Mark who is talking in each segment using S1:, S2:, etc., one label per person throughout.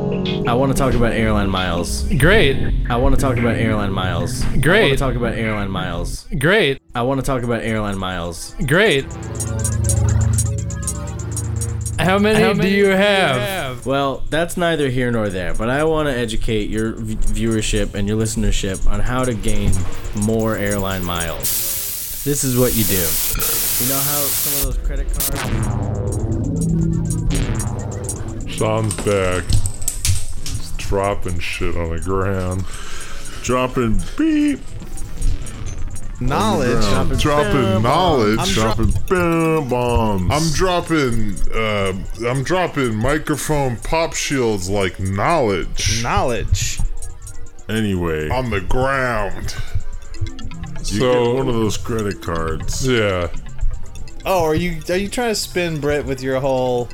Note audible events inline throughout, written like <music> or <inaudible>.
S1: want to talk about airline miles.
S2: Great.
S1: I want to talk about airline miles. I want to
S2: Great.
S1: talk about airline miles.
S2: Great.
S1: I want to talk about airline miles.
S2: Great. How many, do you have?
S1: Well, that's neither here nor there, but I want to educate your v- viewership and your listenership on how to gain more airline miles. This is what you do. You know how some of those credit cards.
S3: Sean's back. He's dropping shit on the ground. Dropping beep.
S4: Knowledge.
S3: I'm dropping knowledge. I'm dropping bam bombs. I'm dropping. Uh, I'm dropping microphone pop shields like knowledge.
S4: Knowledge.
S5: Anyway,
S3: on the ground.
S5: you
S3: so-
S5: get one of those credit cards.
S3: Yeah.
S4: Oh, are you are you trying to spin Brit with your whole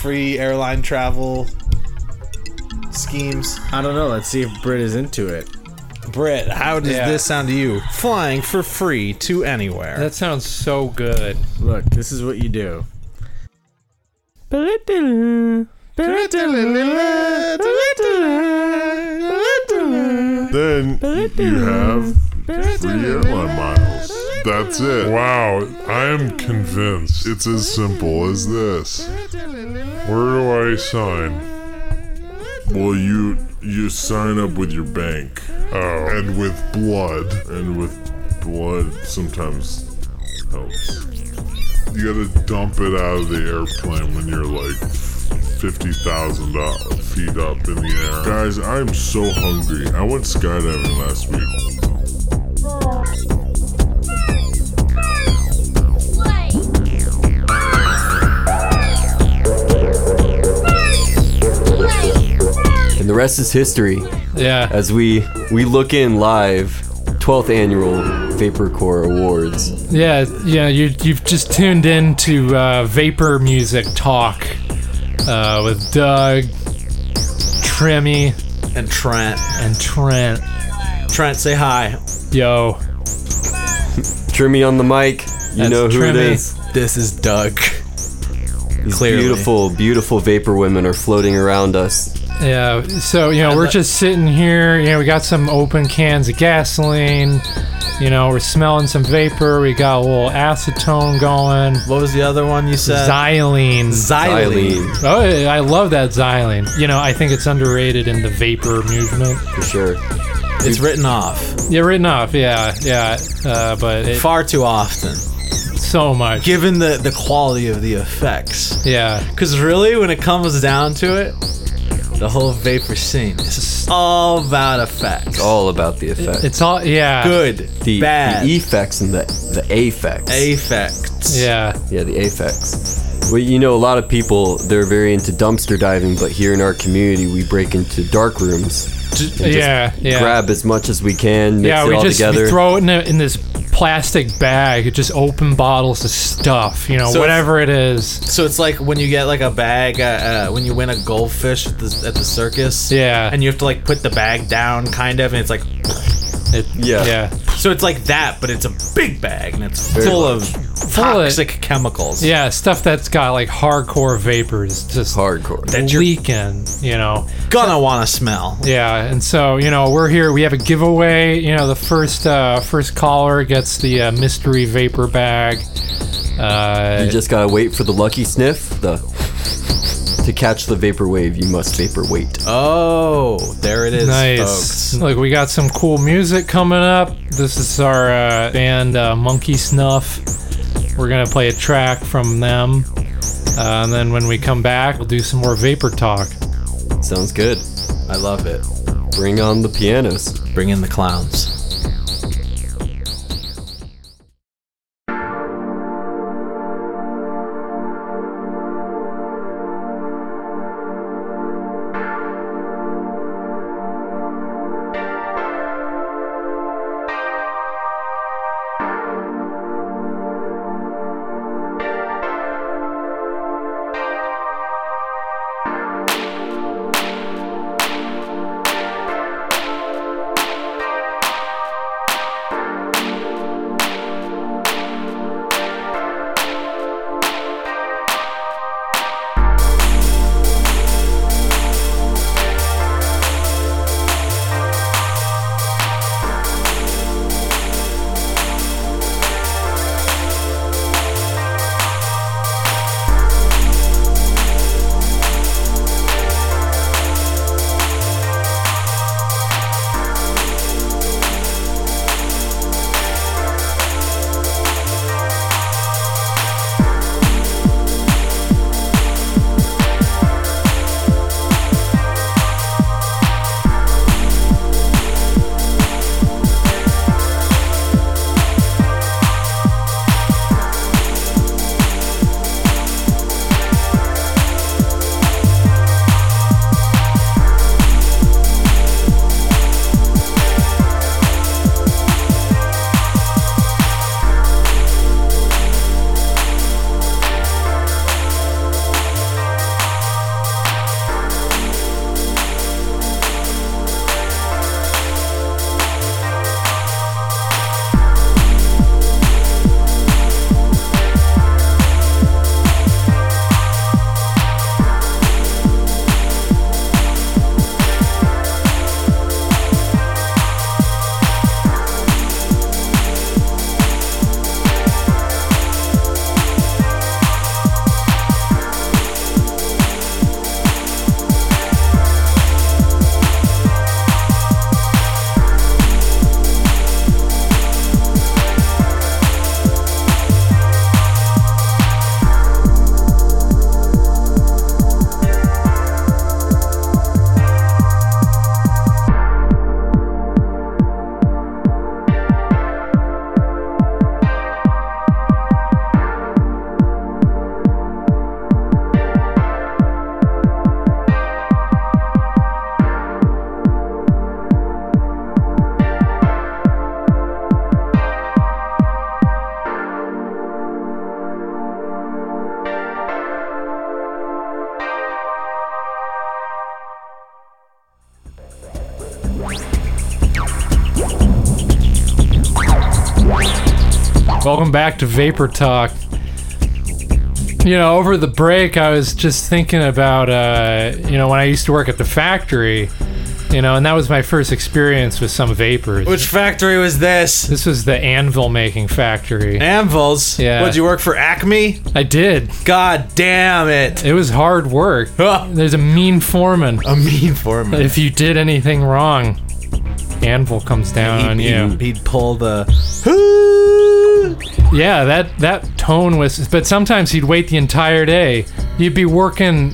S4: free airline travel schemes?
S1: I don't know. Let's see if Britt is into it.
S4: Brit, how does
S2: Yeah.
S4: this sound to you? Flying for free to anywhere.
S2: That sounds so good.
S1: Look, this is what you do.
S3: Then you have free airline miles. That's it. Wow, I am convinced. It's as simple as this. Where do I sign?
S5: Well, you you sign up with your bank
S3: Oh, and with blood.
S5: and with blood sometimes helps.
S3: You gotta dump it out of the airplane when you're like fifty thousand feet up in the air.
S5: Guys, I'm so hungry. I went skydiving last week.
S6: And the rest is history
S2: Yeah.
S6: as we we look in live 12th annual VaporCore Awards.
S2: Yeah. Yeah. You, you've just tuned in to uh, Vapor Music Talk uh, with Doug, Trimmy,
S4: and Trent.
S2: and Trent.
S4: Trent, say hi.
S2: Yo.
S6: Trimmy on the mic. You
S2: That's
S6: know who it
S2: Trimmy.
S6: is.
S4: This is Doug.
S6: These
S4: Clearly.
S6: beautiful, beautiful vapor women are floating around us.
S2: Yeah, so you know we're just sitting here. You know we got some open cans of gasoline. You know we're smelling some vapor. We got a little acetone going.
S4: What was the other one you said?
S2: Xylene.
S4: Xylene.
S6: Eileen,
S2: Oh, I love that xylene. You know I think it's underrated in the vapor movement.
S6: for sure.
S4: It's written off
S2: Yeah, written off. Yeah, yeah, uh, but it's
S4: far too often,
S2: so much.
S4: given the the quality of the effects.
S2: Yeah,
S4: Because really, when it comes down to it, the whole vapor scene is just all about effects.
S6: All about the effect.
S2: it's all yeah.
S4: good,
S6: the, E
S4: bad,
S6: the effects and the the affects.
S4: affects.
S2: Yeah,
S6: Yeah, the Aphex. Well, you know, a lot of people they're very into dumpster diving, but here in our community, we break into dark rooms, and just
S2: yeah, yeah.
S6: grab as much as we can, mix
S2: yeah,
S6: it
S2: we
S6: all
S2: just we
S6: together.
S2: throw it in, a, in this plastic bag. Just open bottles of stuff. You know
S4: So-
S2: whatever it is.
S4: So it's like when you get like a bag uh, uh, when you win a goldfish at the, at the circus.
S2: Yeah.
S4: And you have to like put the bag down, kind of, and it's like
S2: It,
S6: Yeah.
S2: yeah.
S4: so it's like that, but it's a big bag and it's
S6: Very
S4: full of
S2: of-
S4: toxic chemicals.
S2: Yeah, stuff that's got like hardcore vapors just
S6: Hardcore.
S4: That you're
S2: leaking, you know.
S4: gonna want to smell.
S2: Yeah, and so you know we're here. We have a giveaway. You know, the first uh, first caller gets the uh, mystery vapor bag. Uh,
S6: you just gotta wait for the lucky sniff, the to catch the vapor wave. You must vapor wait.
S4: Oh, there it is,
S2: nice.
S4: folks.
S2: Look, we got some cool music coming up. This is our uh, band uh, Monkey Snuff. We're gonna play a track from them, uh, and then when we come back, we'll do some more vapor talk.
S6: Sounds good.
S4: I love it.
S6: Bring on the pianos.
S4: Bring in the clowns.
S7: Thank
S2: Welcome back to Vapor Talk. You know, over the break, I was just thinking about, uh, you know, when I used to work at the factory, you know, and that was my first experience with some vapors.
S4: Which factory was this?
S2: this was the anvil making factory.
S4: Anvils.
S2: Yeah.
S4: Would you work for Acme?
S2: I did.
S4: God damn
S2: <laughs>
S4: it. <laughs>
S2: It was hard work.
S4: A
S2: There's a mean foreman.
S4: mean foreman.
S2: If you did anything wrong, anvil comes down on you.
S4: He'd, he'd pull the.
S2: Yeah, that that tone was. But sometimes he'd wait the entire day. You'd be working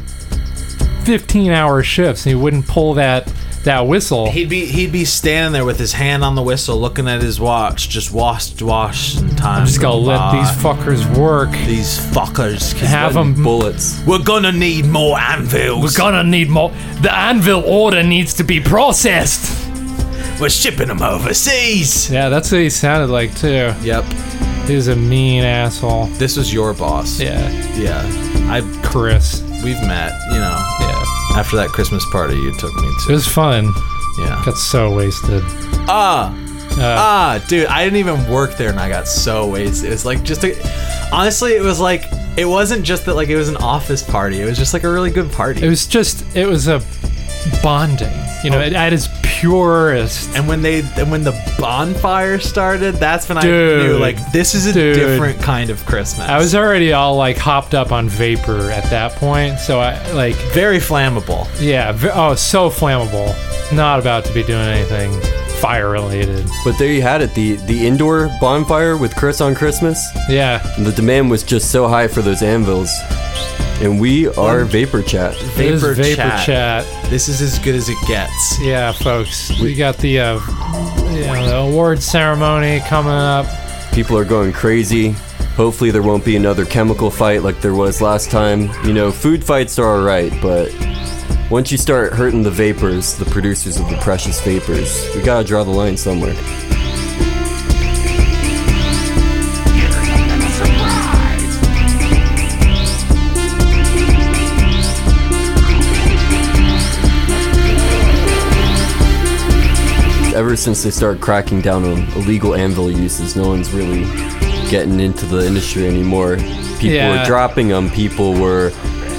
S2: fifteen-hour shifts, and he wouldn't pull that that whistle.
S4: He'd be he'd be standing there with his hand on the whistle, looking at his watch, just washed, washed. Time. I'm
S2: Just gonna let these fuckers work.
S4: these fuckers. 'cause
S2: Have
S4: we're-
S2: them.
S6: Bullets.
S4: We're gonna need more anvils.
S2: We're gonna need more. The anvil order needs to be processed.
S4: We're shipping them overseas.
S2: Yeah, that's what he sounded like too.
S4: Yep.
S2: He was a mean asshole.
S4: This was your boss.
S2: Yeah,
S4: Yeah. I
S2: Chris.
S4: we've met. You know,
S2: Yeah,
S4: after that Christmas party you took me
S2: it
S4: to.
S2: was fun.
S4: Yeah.
S2: Got so wasted.
S4: Ah.
S2: Uh,
S4: Ah, dude, I didn't even work there and I got so wasted. It was like just a honestly, it was like it wasn't just that like it was an office party. It was just like a really good party.
S2: it was just. It was a bonding. You know, at its purest.
S4: and when they and when the bonfire started, that's when I knew
S2: Dude.
S4: like this is a
S2: Dude.
S4: different kind of Christmas.
S2: I was already all like hopped up on vapor at that point, so I like
S4: very flammable.
S2: yeah, v- oh so flammable. Not about to be doing anything fire related.
S6: But there you had it. The the indoor bonfire with Chris on Christmas.
S2: Yeah,
S6: The demand was just so high for those anvils. And we are Vapor Chat.
S2: it is
S4: Vapor,
S2: vapor
S4: chat.
S2: chat.
S4: This is as good as it gets.
S2: Yeah, folks, we got the uh, you know, the award ceremony coming up.
S6: People are going crazy. Hopefully there won't be another chemical fight like there was last time. You know, food fights are alright, but once you start hurting the vapors, the producers of the precious vapors, we gotta draw the line somewhere. Ever since they started cracking down on illegal anvil uses, no one's really getting into the industry anymore. People
S2: Yeah.
S6: were dropping them. People were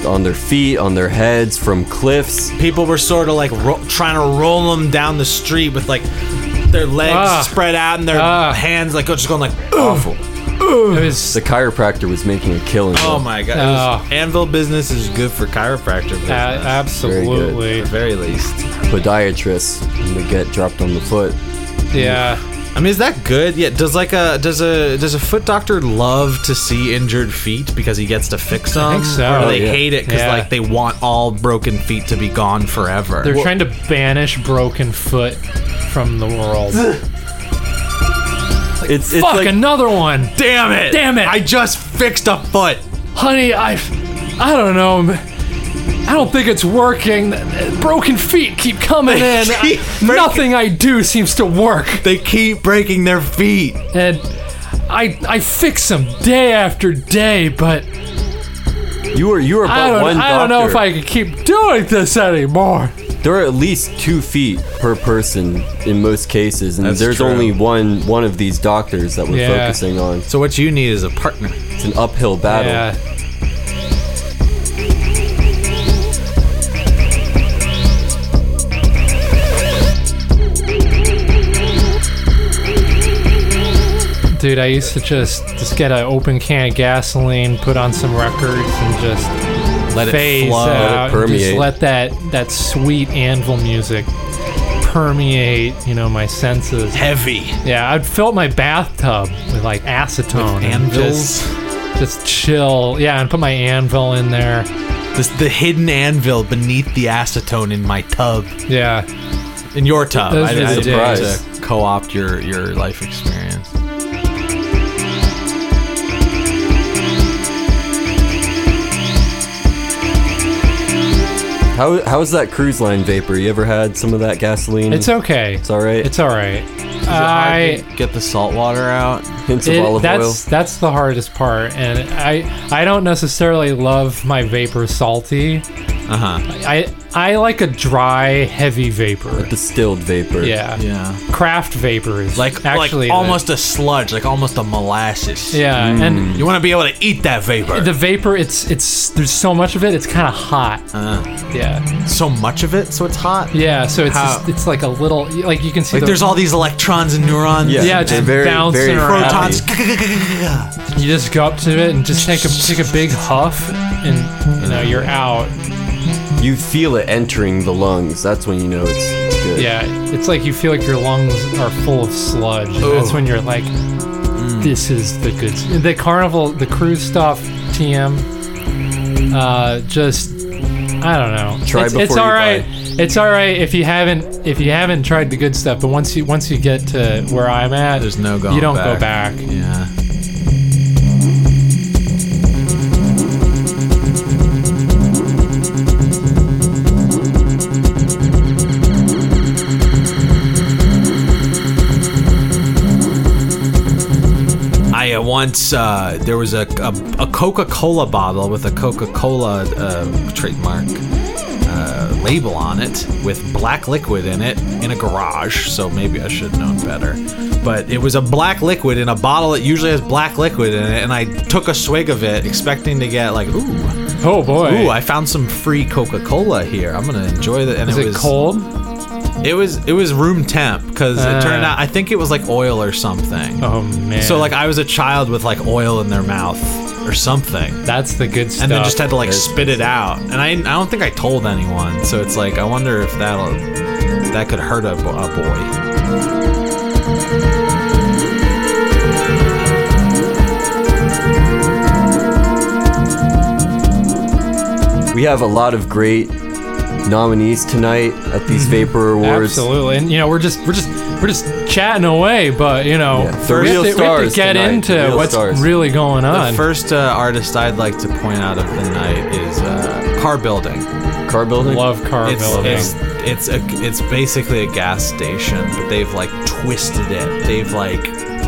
S6: on their feet, on their heads, from cliffs.
S4: people were sort of like ro- trying to roll them down the street with like their legs
S2: Ah.
S4: spread out and their
S2: Ah.
S4: hands like just going like awful.
S2: It was
S6: The chiropractor was making a killing.
S4: Oh
S6: though.
S4: my god! It was- anvil business is good for chiropractor business.
S2: Oh. a- absolutely
S4: at the very least.
S6: Podiatrists and they get dropped on the foot.
S2: yeah.
S4: I mean, is that good? Yeah. Does like a does a does a foot doctor love to see injured feet because he gets to fix them?
S2: think so.
S4: Or do they
S2: Yeah.
S4: hate it because
S2: Yeah.
S4: like they want all broken feet to be gone forever?
S2: They're trying to banish broken foot from the world.
S6: It's, it's
S2: Fuck
S6: like
S2: another one.
S4: Damn it!
S2: Damn it.
S4: I just fixed a foot.
S2: honey, I, I don't know. m- I don't think it's working. Broken feet keep coming in.
S4: keep
S2: I- nothing I do seems to work,
S4: They keep breaking their feet.
S2: and I I fix them day after day, but
S6: you were you were
S2: I
S6: but one
S2: don't
S6: doctor.
S2: I don't know if I can keep doing this anymore.
S6: There are at least two feet per person in most cases, and
S4: That's
S6: there's
S4: true.
S6: only one one of these doctors that we're
S2: Yeah.
S6: focusing on.
S4: So what you need is a partner.
S6: It's an uphill battle.
S2: Yeah. Dude, I used to just just get an open can of gasoline, put on some records, and just
S4: Let
S2: phase
S4: it flow.
S2: out. and Just
S6: permeate.
S2: let that that sweet anvil music permeate, you know, my senses.
S4: Heavy.
S2: Yeah, I'd fill my bathtub with like acetone and just- just chill. Yeah, and put my anvil in there.
S4: This, the hidden anvil beneath the acetone in my tub.
S2: Yeah,
S4: In your tub.
S2: Those
S4: I
S2: were the
S4: didn't mean
S6: days.
S4: to co-opt your, your life experience.
S6: How how's that cruise line vapor? You ever had some of that gasoline?
S2: it's okay.
S6: it's all right.
S2: It's all right. I
S4: Get the salt water out.
S6: Hints
S2: it-
S6: of olive oil.
S2: that's that's the hardest part, and I I don't necessarily love my vapor salty.
S4: Uh-huh.
S2: I I like a dry, heavy vapor.
S6: Distilled vapor.
S2: Yeah.
S4: Yeah.
S2: Craft vapor is
S4: Like
S2: actually
S4: actually
S2: the-
S4: almost Mm. a sludge, like almost a molasses.
S2: yeah, and
S4: You want to be able to eat that vapor.
S2: the vapor it's it's there's so much of it it's kind of hot
S4: Uh,
S2: yeah
S4: so much of it, so it's hot.
S2: yeah so it's
S4: How-
S2: just, it's like a little like you can see
S4: Like
S2: the,
S4: there's all these electrons and neurons.
S6: Yeah.
S2: yeah it's just
S6: Very-
S2: bouncing
S6: very
S2: around
S4: Protons.
S2: you just go up to it and just take a take a big huff and you know you're out
S6: You feel it entering the lungs. That's when you know it's, it's good.
S2: yeah it's like you feel like your lungs are full of sludge and that's
S4: Ugh.
S2: when you're like
S4: Mm.
S2: this is the good s- the carnival the cruise stuff tm uh just i don't know
S6: Try
S2: it's, it's
S6: before you
S2: all right
S6: buy.
S2: it's all right if you haven't if you haven't tried the good stuff but once you once you get to where i'm at
S4: There's no going.
S2: you don't go back
S4: Yeah. I uh, once uh, there was a, a, a Coca-Cola bottle with a Coca-Cola uh, trademark uh, label on it with black liquid in it in a garage. So maybe I should have known better. But it was a black liquid in a bottle that usually has black liquid in it, and I took a swig of it, expecting to get like, ooh,
S2: oh boy
S4: ooh, I found some free Coca-Cola here. I'm gonna enjoy that. And
S2: is
S4: it
S2: it
S4: was
S2: cold
S4: It was it was room temp because it turned
S2: Ah.
S4: out I think it was like oil or something.
S2: oh man
S4: So like I was a child with like oil in their mouth or something, and
S2: that's the good stuff
S4: then just had to like spit it out. And I, I don't think I told anyone, so it's like I wonder if that'll that could hurt a, bo- a boy.
S6: We have a lot of great nominees tonight at these
S2: Mm-hmm.
S6: Vapor Awards.
S2: Absolutely, and you know we're just we're just we're just chatting away, but you know
S6: Yeah, the
S2: we,
S6: real
S2: have to, we have to
S6: stars
S2: get
S6: tonight,
S2: into
S6: the real
S2: what's
S6: stars.
S2: really going
S4: The
S2: on.
S4: first uh, artist I'd like to point out of the night is uh, car building.
S6: Car building.
S2: Love car
S4: It's
S2: building.
S4: it's it's a it's basically a gas station, but they've like twisted it. They've like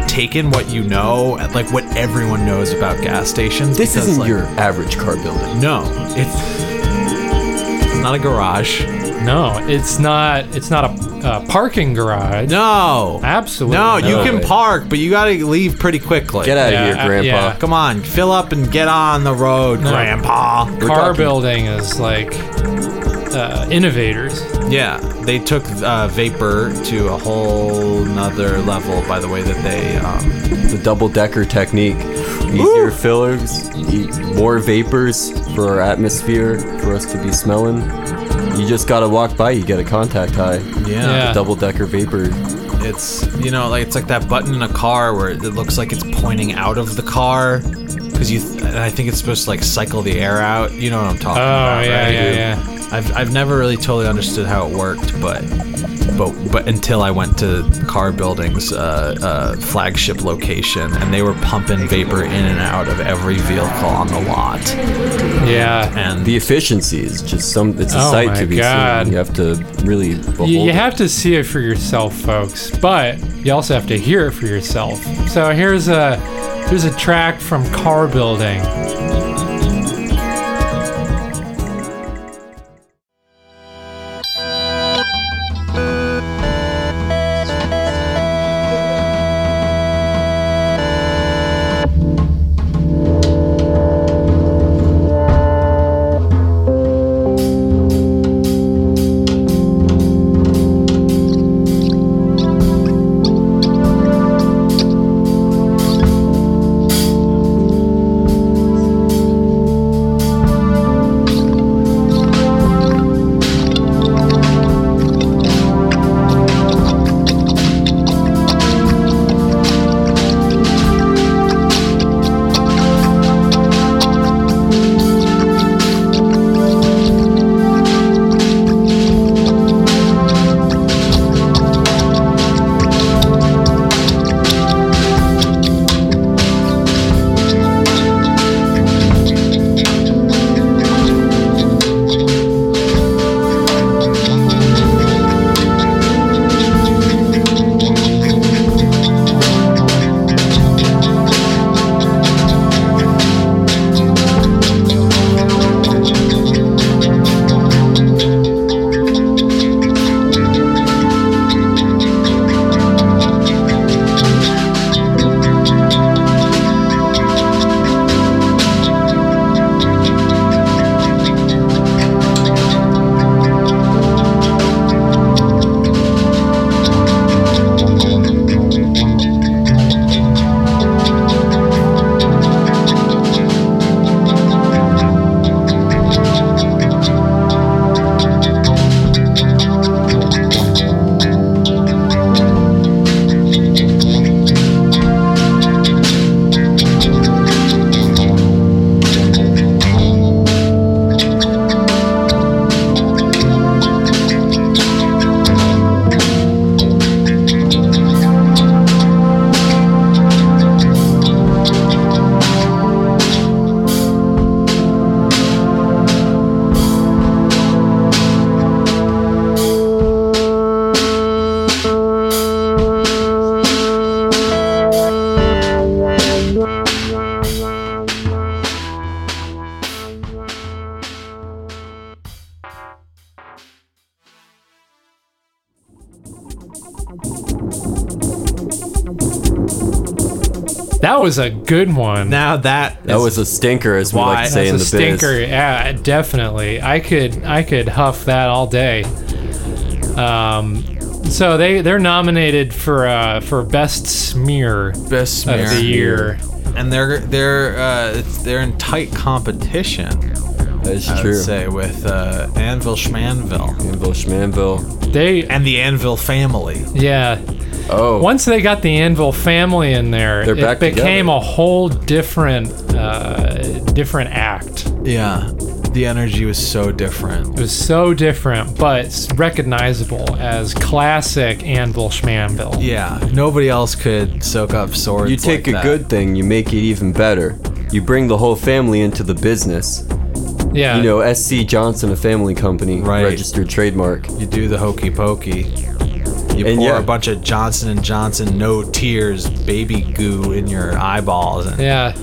S4: taken what you know, like what everyone knows about gas stations.
S6: This
S4: because,
S6: isn't
S4: like,
S6: your average car building.
S4: No, it's not a garage.
S2: no, it's not it's not a uh, parking garage.
S4: No.
S2: Absolutely.
S4: No, you
S2: not.
S4: can park, but you gotta leave pretty quickly.
S6: Get out
S2: Yeah,
S6: of
S2: uh,
S6: here, Grandpa.
S2: yeah.
S4: Come on, fill up and get on the road, Grandpa.
S2: car
S6: talking-
S2: building is like uh, innovators.
S4: Yeah, they took uh, vapor to a whole nother level by the way that they. Um,
S6: The double decker technique. Easier fillers, e- more vapors for our atmosphere, for us to be smelling. You just gotta walk by, you get a contact high.
S2: Yeah.
S6: The double decker vapor.
S4: It's you know like it's like that button in a car where it looks like it's pointing out of the car because you th- and I think it's supposed to like cycle the air out. You know what I'm talking
S2: Oh
S4: about?
S2: yeah,
S4: right?
S2: yeah, yeah.
S4: I've, I've never really totally understood how it worked, but but but until I went to Car Building's uh, uh, flagship location, and they were pumping vapor in and out of every vehicle on the lot,
S2: Yeah.
S4: and
S6: The efficiency is just some, it's a
S2: Oh
S6: sight
S2: my
S6: to be
S2: God.
S6: seen. You have to really behold
S2: You, you
S6: it.
S2: have to see it for yourself, folks, but you also have to hear it for yourself. So here's a here's a track from Car Building.
S7: Thank
S2: That was a good one.
S4: Now that
S6: That
S4: is-
S6: was a stinker, as we
S4: Why?
S6: like to say in the
S2: That's a
S6: biz.
S2: stinker. Yeah, definitely. I could I could huff that all day. Um, so they they're nominated for uh for best smear
S4: best smear
S2: of the year.
S4: and they're they're uh, it's- they're in tight competition.
S6: That's
S4: I would
S6: true.
S4: say with uh, Anvil Schmanville
S6: Anvil Schmanville.
S2: They
S4: and the Anvil family.
S2: yeah.
S6: Oh,
S2: Once they got the Anvil family in there,
S6: They're
S2: it
S6: back
S2: became
S6: together.
S2: a whole different uh different act.
S4: Yeah, the energy was so different.
S2: It was so different, but it's recognizable as classic Anvil Schmanville.
S4: Yeah, nobody else could soak up swords.
S6: you
S4: like
S6: take a
S4: that.
S6: good thing, you make it even better. You bring the whole family into the business.
S2: Yeah.
S6: You know, SC Johnson, a family company,
S4: Right.
S6: registered trademark.
S4: You do the hokey pokey. You
S6: And
S4: pour
S6: yeah.
S4: a bunch of Johnson and Johnson no tears baby goo in your eyeballs, and,
S2: yeah.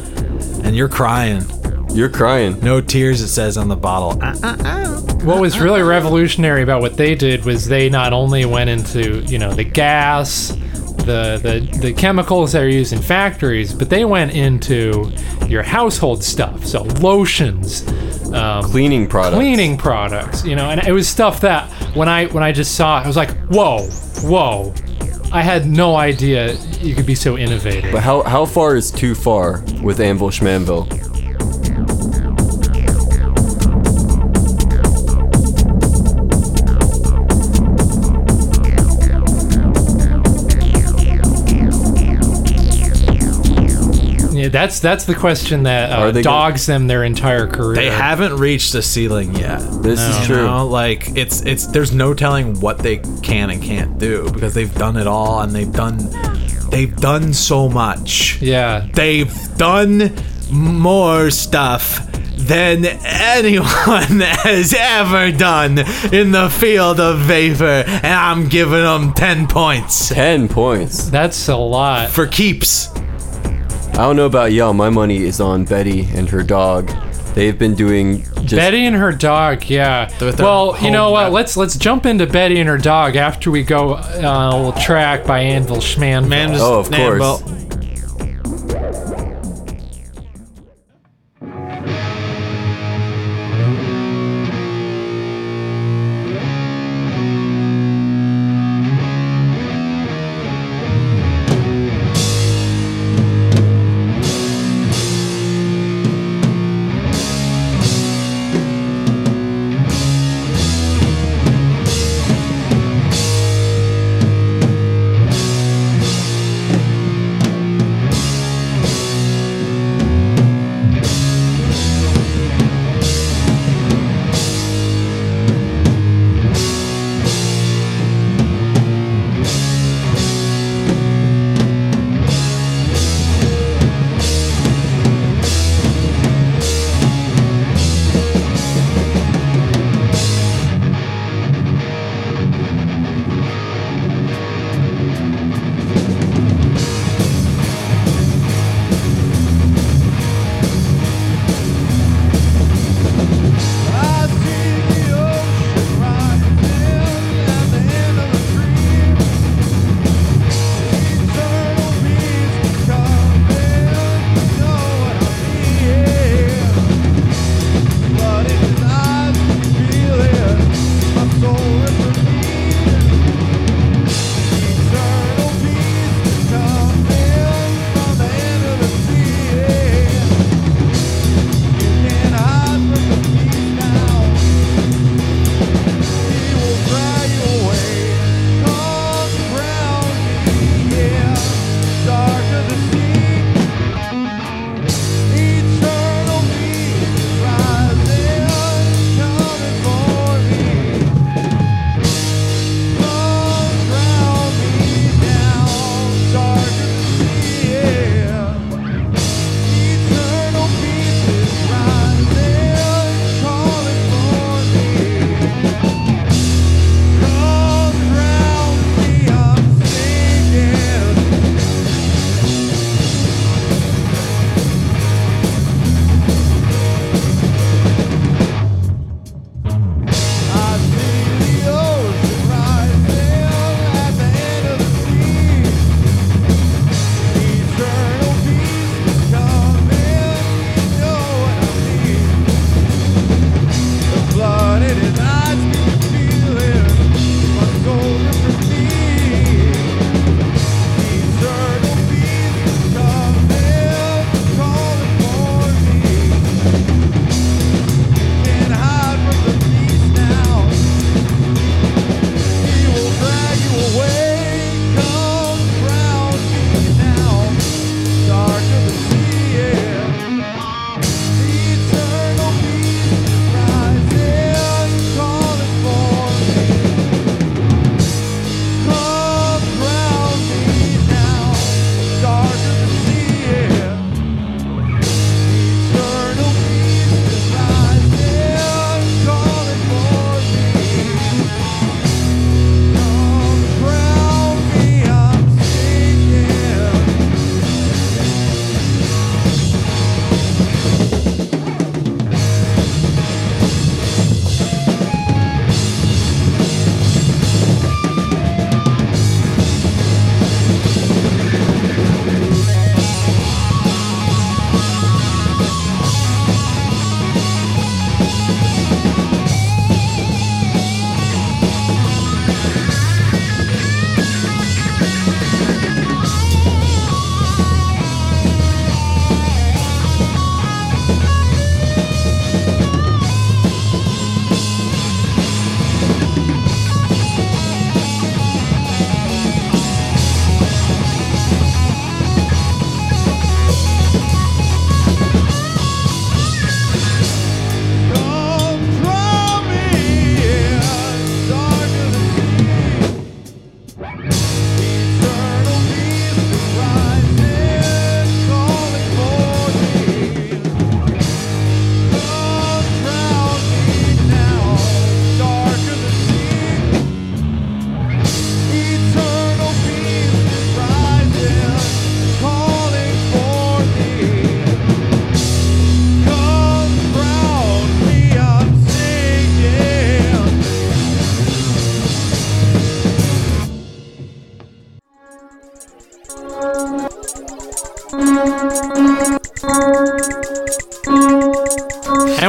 S4: and you're crying.
S6: You're crying.
S4: No tears, it says on the bottle. Uh, uh,
S2: What was really revolutionary about what they did was they not only went into you know the gas, the the, the chemicals that are used in factories, but they went into your household stuff, so lotions, um,
S6: Cleaning products.
S2: cleaning products, you know, and it was stuff that when I when I just saw, it, I was like, whoa, whoa, I had no idea you could be so innovative.
S6: But how, how far is too far with Anvil Schmanville?
S2: Yeah, that's that's the question that uh,
S6: Are they gonna-
S2: dogs them their entire career.
S4: they haven't reached the ceiling yet.
S6: This is
S4: You
S6: true.
S4: know, like it's it's there's no telling what they can and can't do because they've done it all and they've done they've done so much.
S2: Yeah,
S4: They've done more stuff than anyone <laughs> has ever done in the field of vapor, and I'm giving them 10 points
S6: 10 points.
S2: that's a lot.
S4: for keeps.
S6: I don't know about y'all. My money is on Betty and her dog. They've been doing just.
S2: Betty and her dog, yeah.
S4: With their
S2: Well, you know
S4: home
S2: what?
S4: rep-
S2: Let's let's jump into Betty and her dog after we go uh, a little track by Anvil Schman.
S4: Man, just
S6: Oh, of
S4: man,
S6: course.
S4: well,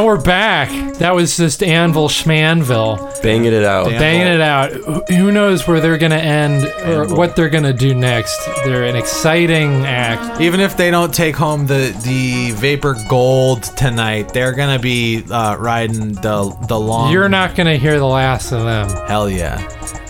S2: we're back. That was just Anvil Schmanville
S6: Banging it out.
S4: Damn.
S2: banging it out. Wh- Who knows where they're gonna end or what they're gonna do next? They're an exciting act.
S4: Even if they don't take home the the Vapor Gold tonight, they're gonna be uh, riding the the long.
S2: You're not gonna hear the last of them.
S4: Hell yeah!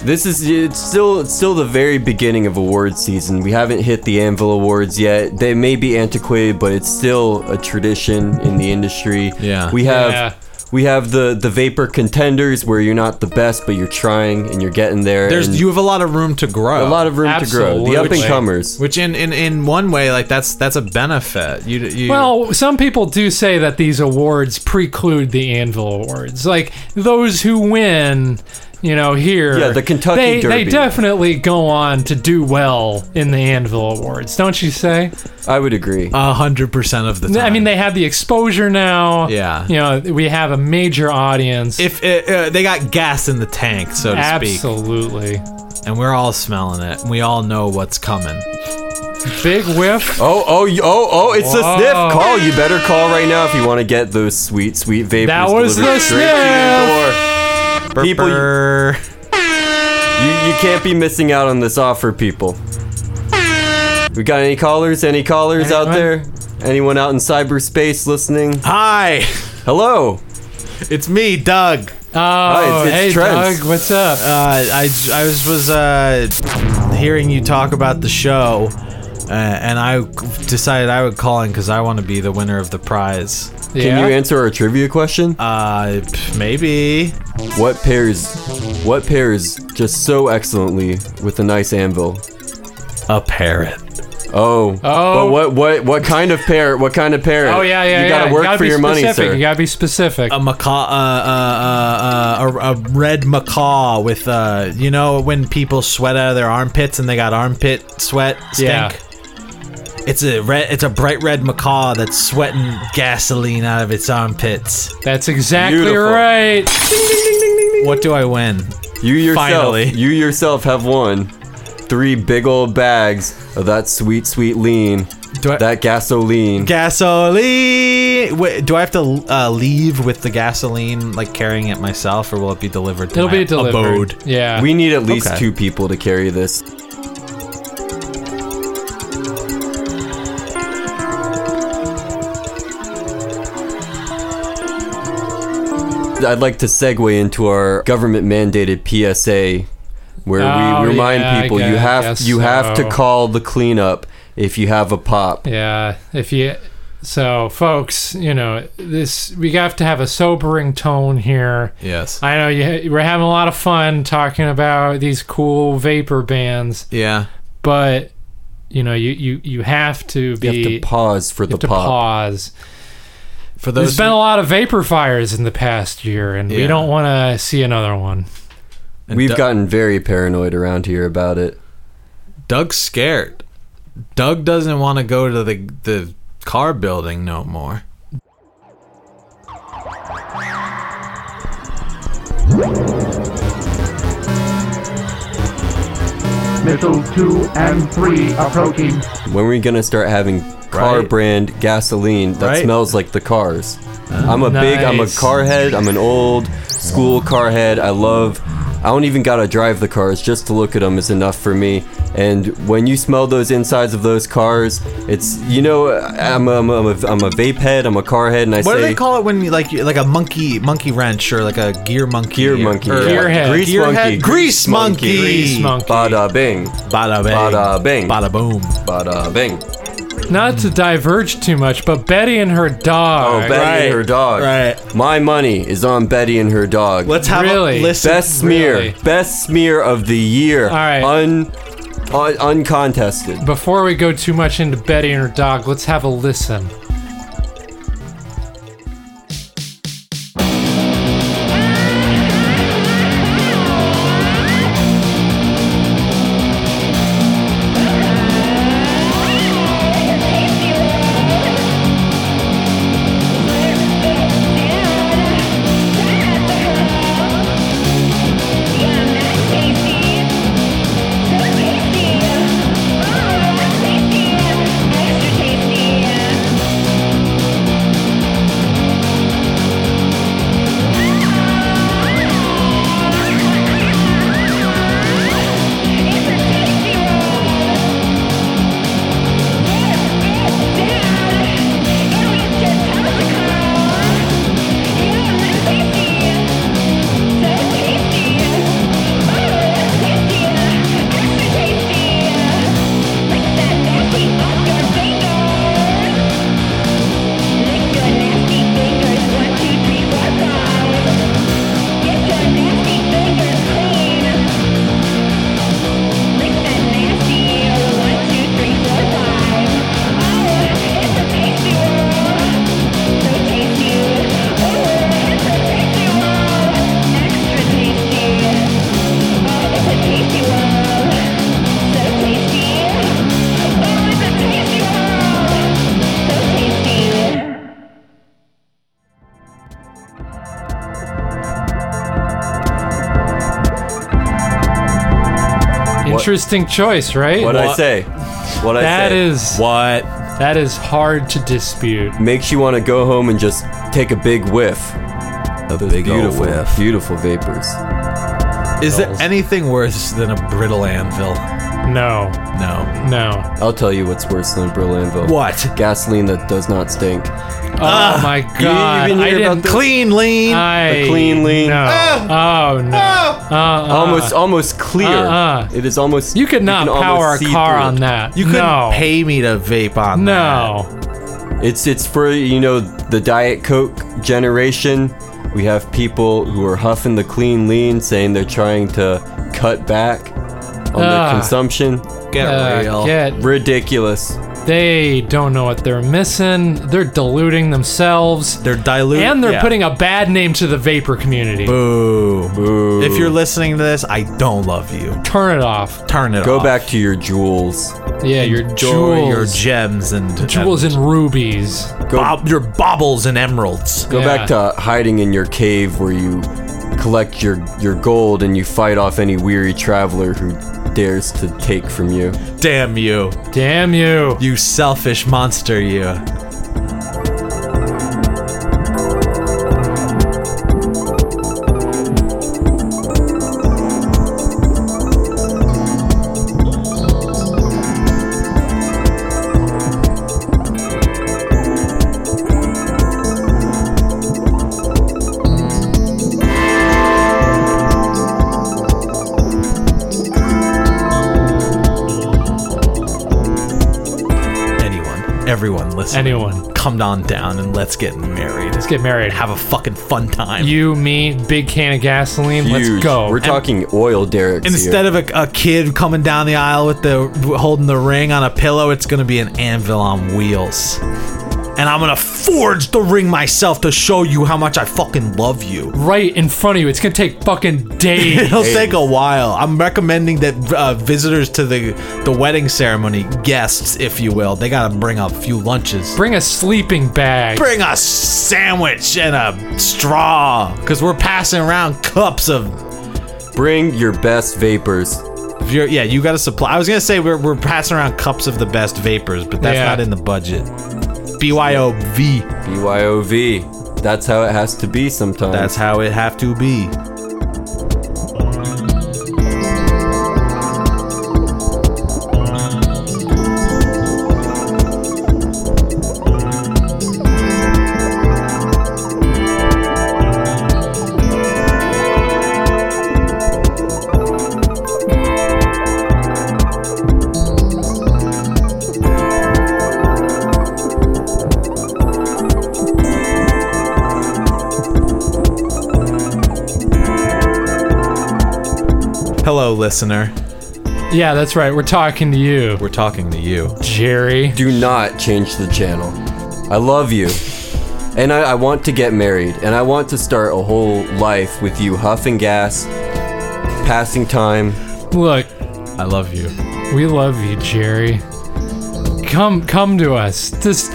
S6: This is it's still it's still the very beginning of award season. We haven't hit the Anvil Awards yet. They may be antiquated, but it's still a tradition in the industry.
S4: Yeah.
S6: We have
S2: Yeah.
S6: we have the the vapor contenders where you're not the best, but you're trying and you're getting there.
S4: There's
S6: and
S4: you have a lot of room to grogrow.
S6: a lot of room to
S2: Absolutely.
S6: grow. The up and comers.
S4: which in, in in one way like that's that's a benefit. You you
S2: Well, some people do say that these awards preclude the Anvil Awards. Like those who win, you know, here.
S6: Yeah, the Kentucky
S2: they, They
S6: Derby.
S2: definitely go on to do well in the Anvil Awards, don't you say?
S6: I would agree.
S4: a hundred percent of the time.
S2: I mean, they have the exposure now.
S4: Yeah.
S2: You know, we have a major audience.
S4: if it, uh, they got gas in the tank, so to speak,
S2: Absolutely.
S4: and we're all smelling it, and we all know what's coming.
S2: Big whiff.
S6: Oh, oh, you- oh, oh, it's a
S2: Whoa.
S6: sniff call. You better call right now if you want to get those sweet, sweet vapors.
S2: That was
S6: delivered
S2: the
S6: straight to your door. People-
S4: Burr.
S6: You, you can't be missing out on this offer, people. We got any callers? Any callers out there? Anyone out in cyberspace listening?
S4: hi,
S6: Hello.
S4: it's me, Doug.
S2: Oh,
S6: it's- it's
S2: hey,
S6: Trent.
S2: Doug, what's up?
S4: Uh, I, I was was uh, hearing you talk about the show, uh, and I decided I would call in because I want to be the winner of the prize.
S6: Can you answer our trivia question?
S4: Uh, p- maybe.
S6: What pairs? What pairs just so excellently with a nice anvil?
S4: A parrot.
S6: Oh.
S2: Oh.
S6: But what what what kind of pair? What kind of pair?
S2: Oh yeah, yeah, yeah.
S6: You gotta work for
S2: be
S6: your
S2: specific.
S6: money, sir. Um,
S2: You gotta be specific.
S4: A macaw. Uh, uh, uh, uh, a, a red macaw with uh, you know, when people sweat out of their armpits and they got armpit sweat stink.
S2: Yeah.
S4: It's a red. It's a bright red macaw that's sweating gasoline out of its armpits.
S2: That's exactly
S6: Beautiful.
S2: right.
S4: What do I win?
S6: You yourself,
S4: Finally.
S6: you yourself have won three big old bags of that sweet, sweet lean,
S4: Do I-
S6: that gasoline.
S4: Gasoline. Wait, do I have to uh, leave with the gasoline, like carrying it myself, or will it be delivered to
S2: It'll
S4: my
S2: be delivered.
S4: abode?
S2: Yeah.
S6: we need at least
S4: Okay.
S6: two people to carry this. I'd like to segue into our government mandated PSA where
S2: Oh,
S6: we remind
S2: yeah, I
S6: people
S2: gue-
S6: you have
S2: guess
S6: you have
S2: so.
S6: to call the cleanup if you have a pop.
S2: yeah. If you so folks, you know, this we have to have a sobering tone here.
S4: Yes.
S2: I know you, we're having a lot of fun talking about these cool vapor bands,
S4: yeah.
S2: but you know, you you, you have to be
S6: You have to pause for
S2: you
S6: the
S2: have to
S6: pop.
S2: pause.
S4: For
S2: There's
S4: those.
S2: been a lot of vapor fires in the past year, and we
S4: Yeah.
S2: don't want to see another one.
S4: and
S6: We've
S4: Doug-
S6: gotten very paranoid around here about it.
S4: Doug's scared. Doug doesn't want to go to the the car building no more.
S7: Missile 2 and 3 approaching.
S6: When are we gonna start having car
S4: Right.
S6: brand gasoline that
S4: Right. Ah,
S6: smells like the cars? I'm a big, I'm a
S2: Nice.
S6: car head. I'm an old school car head. I love. I don't even gotta drive the cars. Just to look at them is enough for me. And when you smell those insides of those cars, it's you know I'm a, I'm a, I'm a vape head. I'm a car head, and I
S4: What
S6: say
S4: do they call it when you like you- like a monkey monkey wrench or like a gear monkey?
S6: gear monkey,
S4: or-
S6: yeah.
S2: Gearhead.
S6: grease
S4: Gearhead?
S6: monkey,
S4: Grease monkey.
S2: Grease monkey.
S6: Bada bing,
S4: Bada bing.
S6: Bada bing.
S4: Bada boom.
S6: bada bing.
S2: Not to diverge too much, but Betty and her
S6: Oh,
S2: dog.
S6: Betty and her dog.
S4: Right.
S6: My money is on Betty and her dog.
S4: Let's have
S2: Really?
S4: a listen.
S6: Best smear,
S2: Really?
S6: best smear of the year. All
S2: right.
S6: un, un uncontested.
S2: Before we go too much into Betty and her dog, let's have a listen.
S8: Tasty.
S2: interesting choice, right?
S6: What I
S4: What?
S6: say? What I
S2: That
S6: say?
S2: is
S4: What?
S2: that is hard to dispute.
S6: makes you want to go home and just take a big whiff.
S4: A
S6: Those beautiful, beautiful vapors.
S4: Is there anything worse than a brittle anvil?
S2: No,
S4: No.
S2: no.
S6: I'll tell you what's worse than Berlinville.
S4: What?
S6: Gasoline that does not stink.
S2: Oh my god!
S6: Ah, even
S2: I
S6: hear about
S2: didn't.
S6: this?
S4: Clean, lean.
S2: I
S6: The clean lean. Ah!
S2: No. Oh no. Uh, uh,
S6: almost, almost clear.
S2: Uh-uh.
S6: It is almost.
S2: You could not
S6: can almost
S2: power a
S6: see
S2: car
S6: through
S2: on
S6: it.
S2: that.
S4: you couldn't
S2: no.
S4: pay me to vape on that.
S2: No.
S6: It's it's for you know the Diet Coke generation. We have people who are huffing the clean lean, saying they're trying to cut back on
S2: Ah.
S6: their consumption. Oh,
S4: Get
S2: Uh,
S4: real.
S2: get
S6: Ridiculous.
S2: They don't know what they're missing. They're diluting themselves.
S4: They're diluting.
S2: And they're putting a bad name to the vapor community.
S4: Boo.
S6: Boo.
S4: If you're listening to this, I don't love you.
S2: Turn it off.
S4: Turn it
S6: Go
S4: off.
S6: back to your jewels.
S2: Yeah, your
S4: Enjoy
S2: jewels.
S4: your gems and
S2: jewels
S4: and,
S2: and rubies.
S4: bob, your baubles and emeralds.
S6: Go
S2: Yeah.
S6: back to hiding in your cave where you collect your your gold and you fight off any weary traveler who dares to take from you.
S4: Damn you,
S2: Damn you.
S4: you selfish monster, you. Anyone, everyone, listen.
S2: Anyone.
S4: come on down and let's get married.
S2: Let's get married.
S4: Have a fucking fun time.
S2: You, me, big can of gasoline. Let's
S6: Huge.
S2: go.
S6: We're talking oil derricks here.
S4: Instead of a, a kid coming down the aisle with the holding the ring on a pillow, it's gonna be an anvil on wheels. And I'm gonna forge the ring myself to show you how much I fucking love you.
S2: right in front of you. It's going to take fucking
S4: <laughs>
S2: days.
S4: It'll take a while. I'm recommending that uh, visitors to the the wedding ceremony, guests, if you will, they gotta bring a few lunches.
S2: Bring a sleeping bag.
S4: Bring a sandwich and a straw, cause we're passing around cups of
S6: Bring your best vapors.
S4: You're, yeah, you got to supply. I was gonna say we're, we're passing around cups of the best vapors, but that's
S2: Yeah.
S4: not in the budget. BYOV.
S6: BYOV. That's how it has to be sometimes.
S4: That's how it have to be. Hello, listener.
S2: Yeah, that's right. We're talking to you,
S4: We're talking to you.
S2: Jerry.
S6: Do not change the channel. I love you. And I, I want to get married. And I want to start a whole life with you huffing gas, passing time.
S2: Look,
S4: I love you.
S2: We love you, Jerry. Come, come to us. Just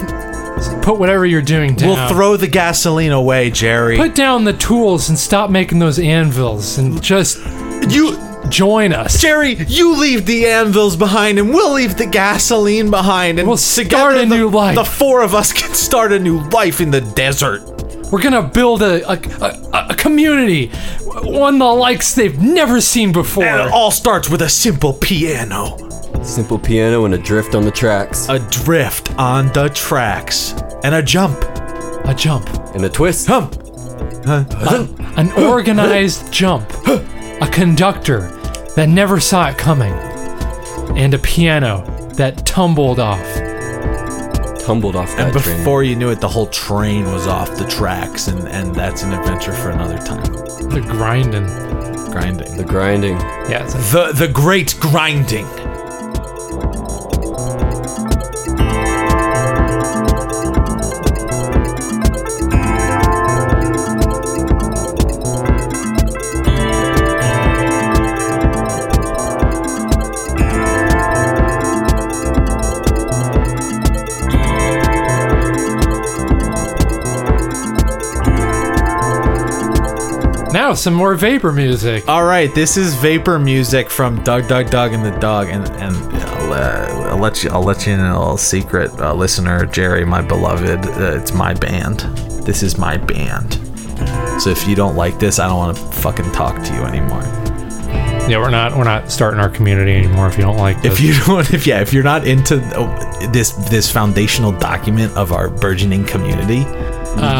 S2: put whatever you're doing down.
S4: We'll throw the gasoline away, Jerry.
S2: Put down the tools and stop making those anvils and just
S4: you,
S2: join us.
S4: Jerry, you leave the anvils behind, and we'll leave the gasoline behind, and
S2: We'll start
S4: together
S2: a
S4: the-
S2: new life.
S4: The four of us can start a new life in the desert.
S2: We're gonna build a a, a, a community, one the likes they've never seen before.
S4: And it all starts with a simple piano.
S6: Simple piano and a drift on the tracks.
S4: A drift on the tracks, and a jump.
S2: A jump,
S6: And a twist.
S4: Jump.
S2: an organized jump, a conductor that never saw it coming, and a piano that tumbled off.
S6: Tumbled off that
S4: And
S6: train.
S4: before you knew it, the whole train was off the tracks, and, and that's an adventure for another time.
S2: The grinding.
S4: Grinding.
S6: The grinding.
S2: Yeah, it's like,
S4: The the great grinding.
S2: Now some more vapor music.
S4: All right, this is vapor music from Doug, Doug, Doug, and the Dog, and and I'll, uh, I'll let you I'll let you in on a little secret, uh, listener Jerry, my beloved. Uh, it's my band. This is my band. So if you don't like this, I don't want to fucking talk to you anymore.
S2: Yeah, we're not we're not starting our community anymore if you don't like this.
S4: If you don't, <laughs> if yeah, if you're not into uh, this this foundational document of our burgeoning community,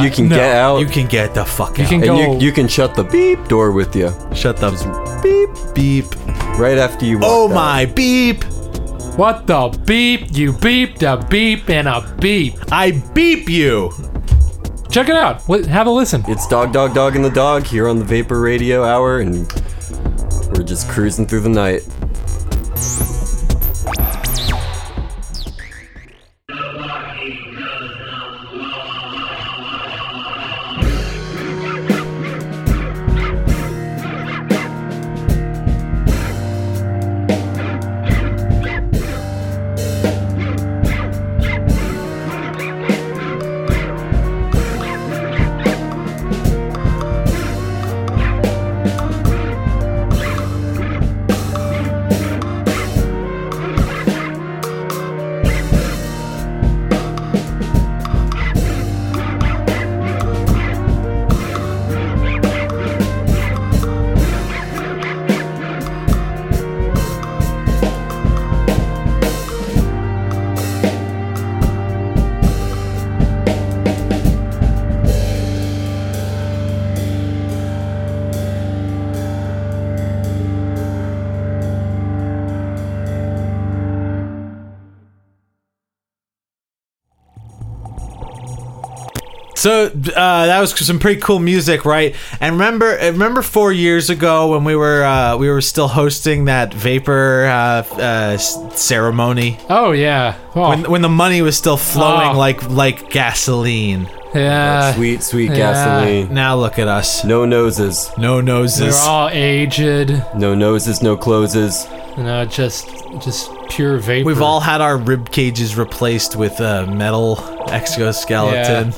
S6: you can
S2: no,
S6: get out.
S4: Uh, you can get the fuck out.
S2: can
S6: and
S2: go-
S6: Oh. you, you can shut the beep door with you
S4: shut the beep beep.
S6: right after you. walk
S4: Oh
S6: out.
S4: my beep!
S2: what the beep? You beeped a beep and a beep.
S4: I beep you.
S2: Check it out. Li- Have a listen.
S6: It's dog, dog, dog, and the dog here on the Vapor Radio Hour, and we're just cruising through the night.
S4: So uh, that was some pretty cool music, right? And remember, uh, remember four years ago when we were uh, we were still hosting that vapor uh, uh, s- ceremony
S2: Oh yeah. Oh,
S4: when, when the money was still flowing
S2: Oh.
S4: like like gasoline.
S2: yeah.
S6: Sweet, sweet
S2: Uh, yeah.
S6: gasoline.
S4: Now look at us,
S6: No noses.
S4: no
S2: They're
S4: noses.
S2: all aged. You
S6: No noses, no closes.
S2: know, just just pure vapor.
S4: We've all had our rib cages replaced with uh, metal exoskeleton.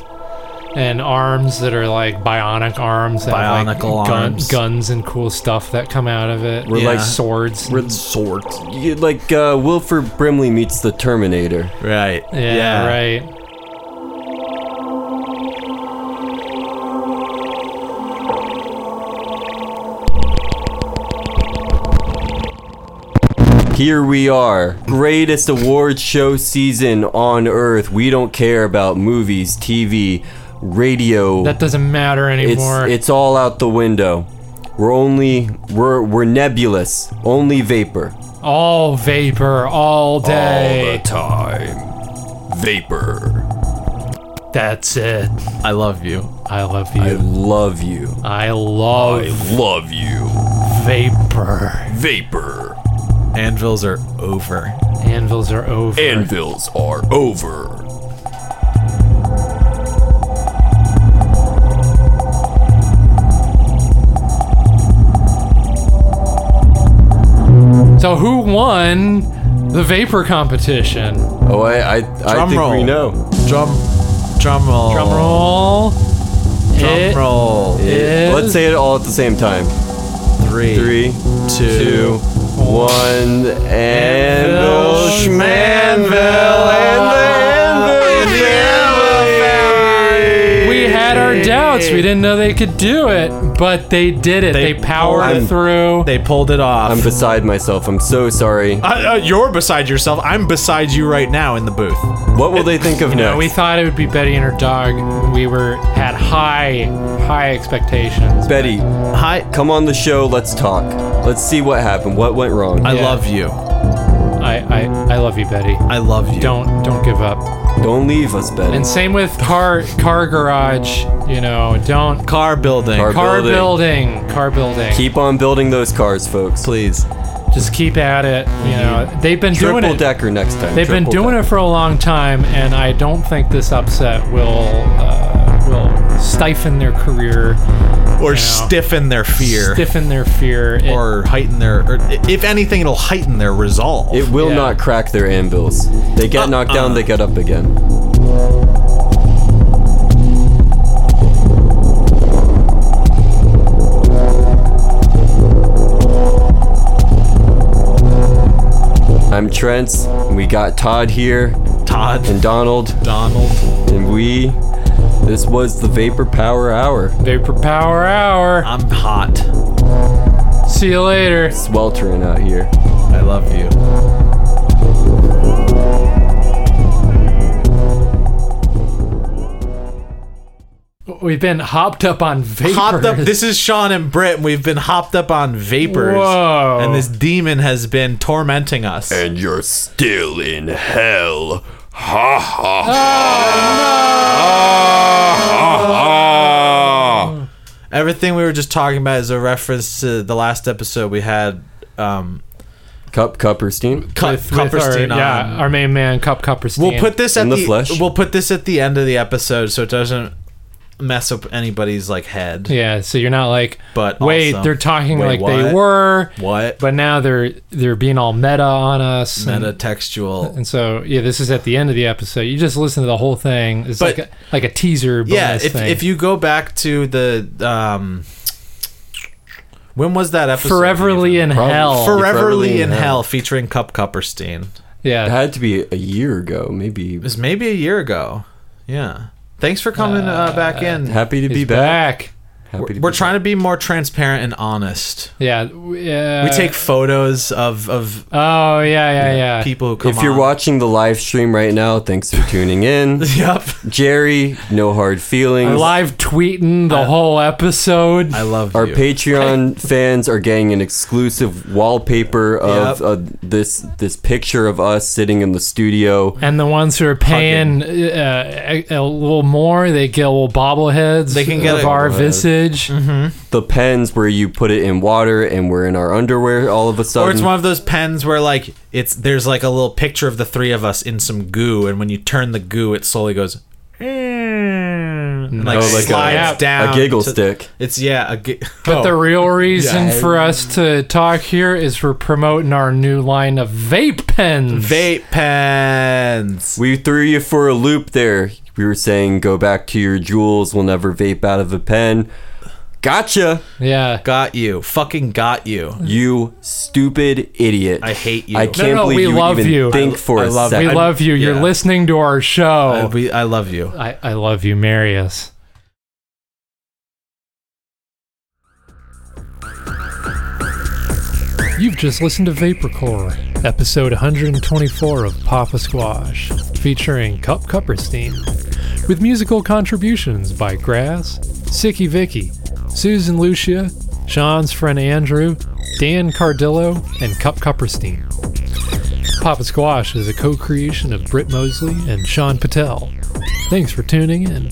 S2: and arms that are like bionic arms, that have, like,
S4: Bionical
S2: gun-
S4: arms.
S2: guns and cool stuff that come out of it.
S6: We're
S4: Yeah. like-
S2: swords.
S6: Swords. You, like uh, Wilford Brimley meets the Terminator.
S4: Right.
S2: yeah, right.
S6: Here we are. Greatest award show season on earth. We don't care about movies, TV, radio.
S2: That doesn't matter
S6: it's
S2: anymore.
S6: it's all out the window. We're only we're we're nebulous. Only vapor.
S2: all vapor all day.
S6: time. Vapor.
S2: That's it.
S4: I love you.
S2: I love
S6: I
S2: you.
S6: love you.
S2: I, love
S6: love you.
S2: vapor.
S6: Vapor.
S4: Anvils are over.
S2: Anvils are over.
S6: Anvils are over.
S2: so who won the vapor competition?
S6: Oh, I I, I
S4: Drum
S6: think
S4: roll.
S6: we know.
S4: Drum, drum roll.
S2: Drum roll.
S4: Drum
S2: It
S4: roll.
S2: is-
S6: Let's say it all at the same time.
S4: Three,
S6: Three, two, one, and
S2: Anvil,
S6: Schmanville and the Anvil.
S2: We had our doubts. We didn't know they could do it, but they did it. They,
S4: They
S2: powered
S6: pulled it.
S2: through.
S4: They pulled it off.
S6: I'm beside myself. I'm so sorry.
S4: Uh, uh, you're beside yourself. I'm beside you right now in the booth.
S6: What will they think <laughs> of
S2: No, we
S6: next?
S2: thought it would be Betty and her dog. We were had high, high expectations.
S6: Betty,
S4: Hi,
S6: come on the show. Let's talk. Let's see what happened. What went wrong?
S4: I
S2: Yeah.
S4: love you.
S2: I, I, I love you, Betty.
S4: I love you.
S2: Don't, don't give up.
S6: Don't leave us, Betty.
S2: And same with car, car garage. You know, don't
S4: car building.
S6: Car-
S2: car
S6: building.
S2: building, car building.
S6: Keep on building those cars, folks.
S4: please.
S2: Just keep at it. You
S4: Mhm.
S2: know, they've been doing
S6: Triple
S2: it.
S6: decker next time.
S2: They've been doing it for a long time, and I don't think this upset will uh, will stiften their career,
S4: Or
S2: know,
S4: stiffen their fear.
S2: stiffen their fear. It-
S4: or heighten their. Or i- if anything, it'll heighten their resolve.
S6: It will
S2: Yeah. Uh-uh.
S6: not crack their anvils. They get knocked down, they get up again. Trent's, and we got Todd here, and
S4: Todd,
S6: Donald,
S4: Donald.
S6: and we. This was the Vapor Power Hour.
S2: Vapor Power Hour.
S4: I'm hot.
S2: See you later.
S6: Sweltering out here.
S4: I love you.
S2: We've been hopped up on vapors.
S4: Hopped up. This is Sean and Britt, and we've been hopped up on vapors.
S2: Whoa.
S4: And this demon has been tormenting us.
S5: And you're still in hell. Ha ha ha.
S4: Everything we were just talking about is a reference to the last episode we had. Um,
S6: Cup, Cupperstein.
S2: <laughs>
S4: Cu-
S2: with, with our,
S4: Cupperstein on.
S2: yeah, our main man, Cup Cupperstein.
S4: We'll put this at
S6: In
S4: the,
S6: the flesh.
S4: We'll put this at the end of the episode so it doesn't mess up anybody's like head.
S2: Yeah, so you're not like,
S4: But
S2: wait,
S4: also-
S2: they're talking like
S4: wait,
S2: they
S4: what?
S2: were,
S4: What?
S2: but now they're they're being all meta on us. and-
S4: Meta textual.
S2: And so, yeah, this is at the end of the episode. You just listen to the whole thing. It's
S4: But-
S2: like a, like a teaser.
S4: Yeah,
S2: bonus
S4: if,
S2: thing.
S4: if you go back to the um, when was that episode?
S2: foreverly
S4: even?
S2: in
S6: Probably.
S2: hell.
S4: Foreverly,
S6: Foreverly
S4: in
S6: in
S4: hell.
S6: Hell.
S4: featuring Cup Cupperstein.
S6: It
S2: yeah,
S6: had to be a year ago, maybe.
S4: It was maybe a year ago. Yeah. Thanks for coming uh, back in.
S6: Happy to
S2: he's
S6: be back.
S2: back.
S6: Happy to
S4: We're,
S6: be
S4: we're
S6: back.
S4: trying to be more transparent and honest.
S2: Yeah, we, uh,
S4: We take photos of of
S2: Oh yeah, yeah, yeah.
S4: people who come.
S6: If you're
S4: on.
S6: watching the live stream right now, thanks for
S4: <laughs>
S6: tuning in.
S4: yep.
S6: Jerry, no hard feelings.
S2: Live tweeting the whole episode.
S4: I love
S6: Our
S4: you.
S6: Patreon
S4: <laughs>
S6: fans are getting an exclusive wallpaper of
S4: Yep.
S6: uh, this this picture of us sitting in the studio.
S2: and the ones who are paying uh, a, a little more, they get little bobbleheads.
S4: They can get
S2: of
S4: a- Mm-hmm.
S2: our visage.
S6: The pens where you put it in water and we're in our underwear all of
S4: or
S6: a
S4: it's
S6: sudden.
S4: one of those pens where like it's there's like a little picture of the three of us in some goo, and when you turn the goo, it slowly goes. "Eh," And like,
S6: Oh, like a-
S4: slides
S2: a
S4: down.
S6: a giggle
S4: to-
S6: stick.
S4: It's yeah. A gi-
S2: But the
S4: Oh.
S2: real reason for us to talk here is we're promoting our new line of vape pens.
S4: <laughs> vape pens.
S6: We threw you for a loop there. We were saying go back to your jewels. We'll never vape out of a pen. Gotcha.
S2: yeah.
S4: Got you. Fucking got you.
S6: You stupid idiot.
S4: I hate you.
S6: I
S4: No,
S6: can't
S2: no,
S6: believe
S2: we
S6: you
S2: love
S6: even
S2: you.
S6: think for
S4: I
S6: a
S4: love- we
S2: We
S6: second.
S2: love you. You're
S4: yeah.
S2: listening to our
S4: I,
S2: show.
S4: we, I love you.
S2: I, I love you, Marius. You've just listened to Vaporcore, episode 124 of Papa Squash, featuring Cup Cupperstein, with musical contributions by Grass, Sicky Vicky, Susan Lucia, Sean's friend Andrew, Dan Cardillo, and Cup Cupperstein. Papa Squash is a co creation of Britt Mosley and Sean Patel. Thanks for tuning in.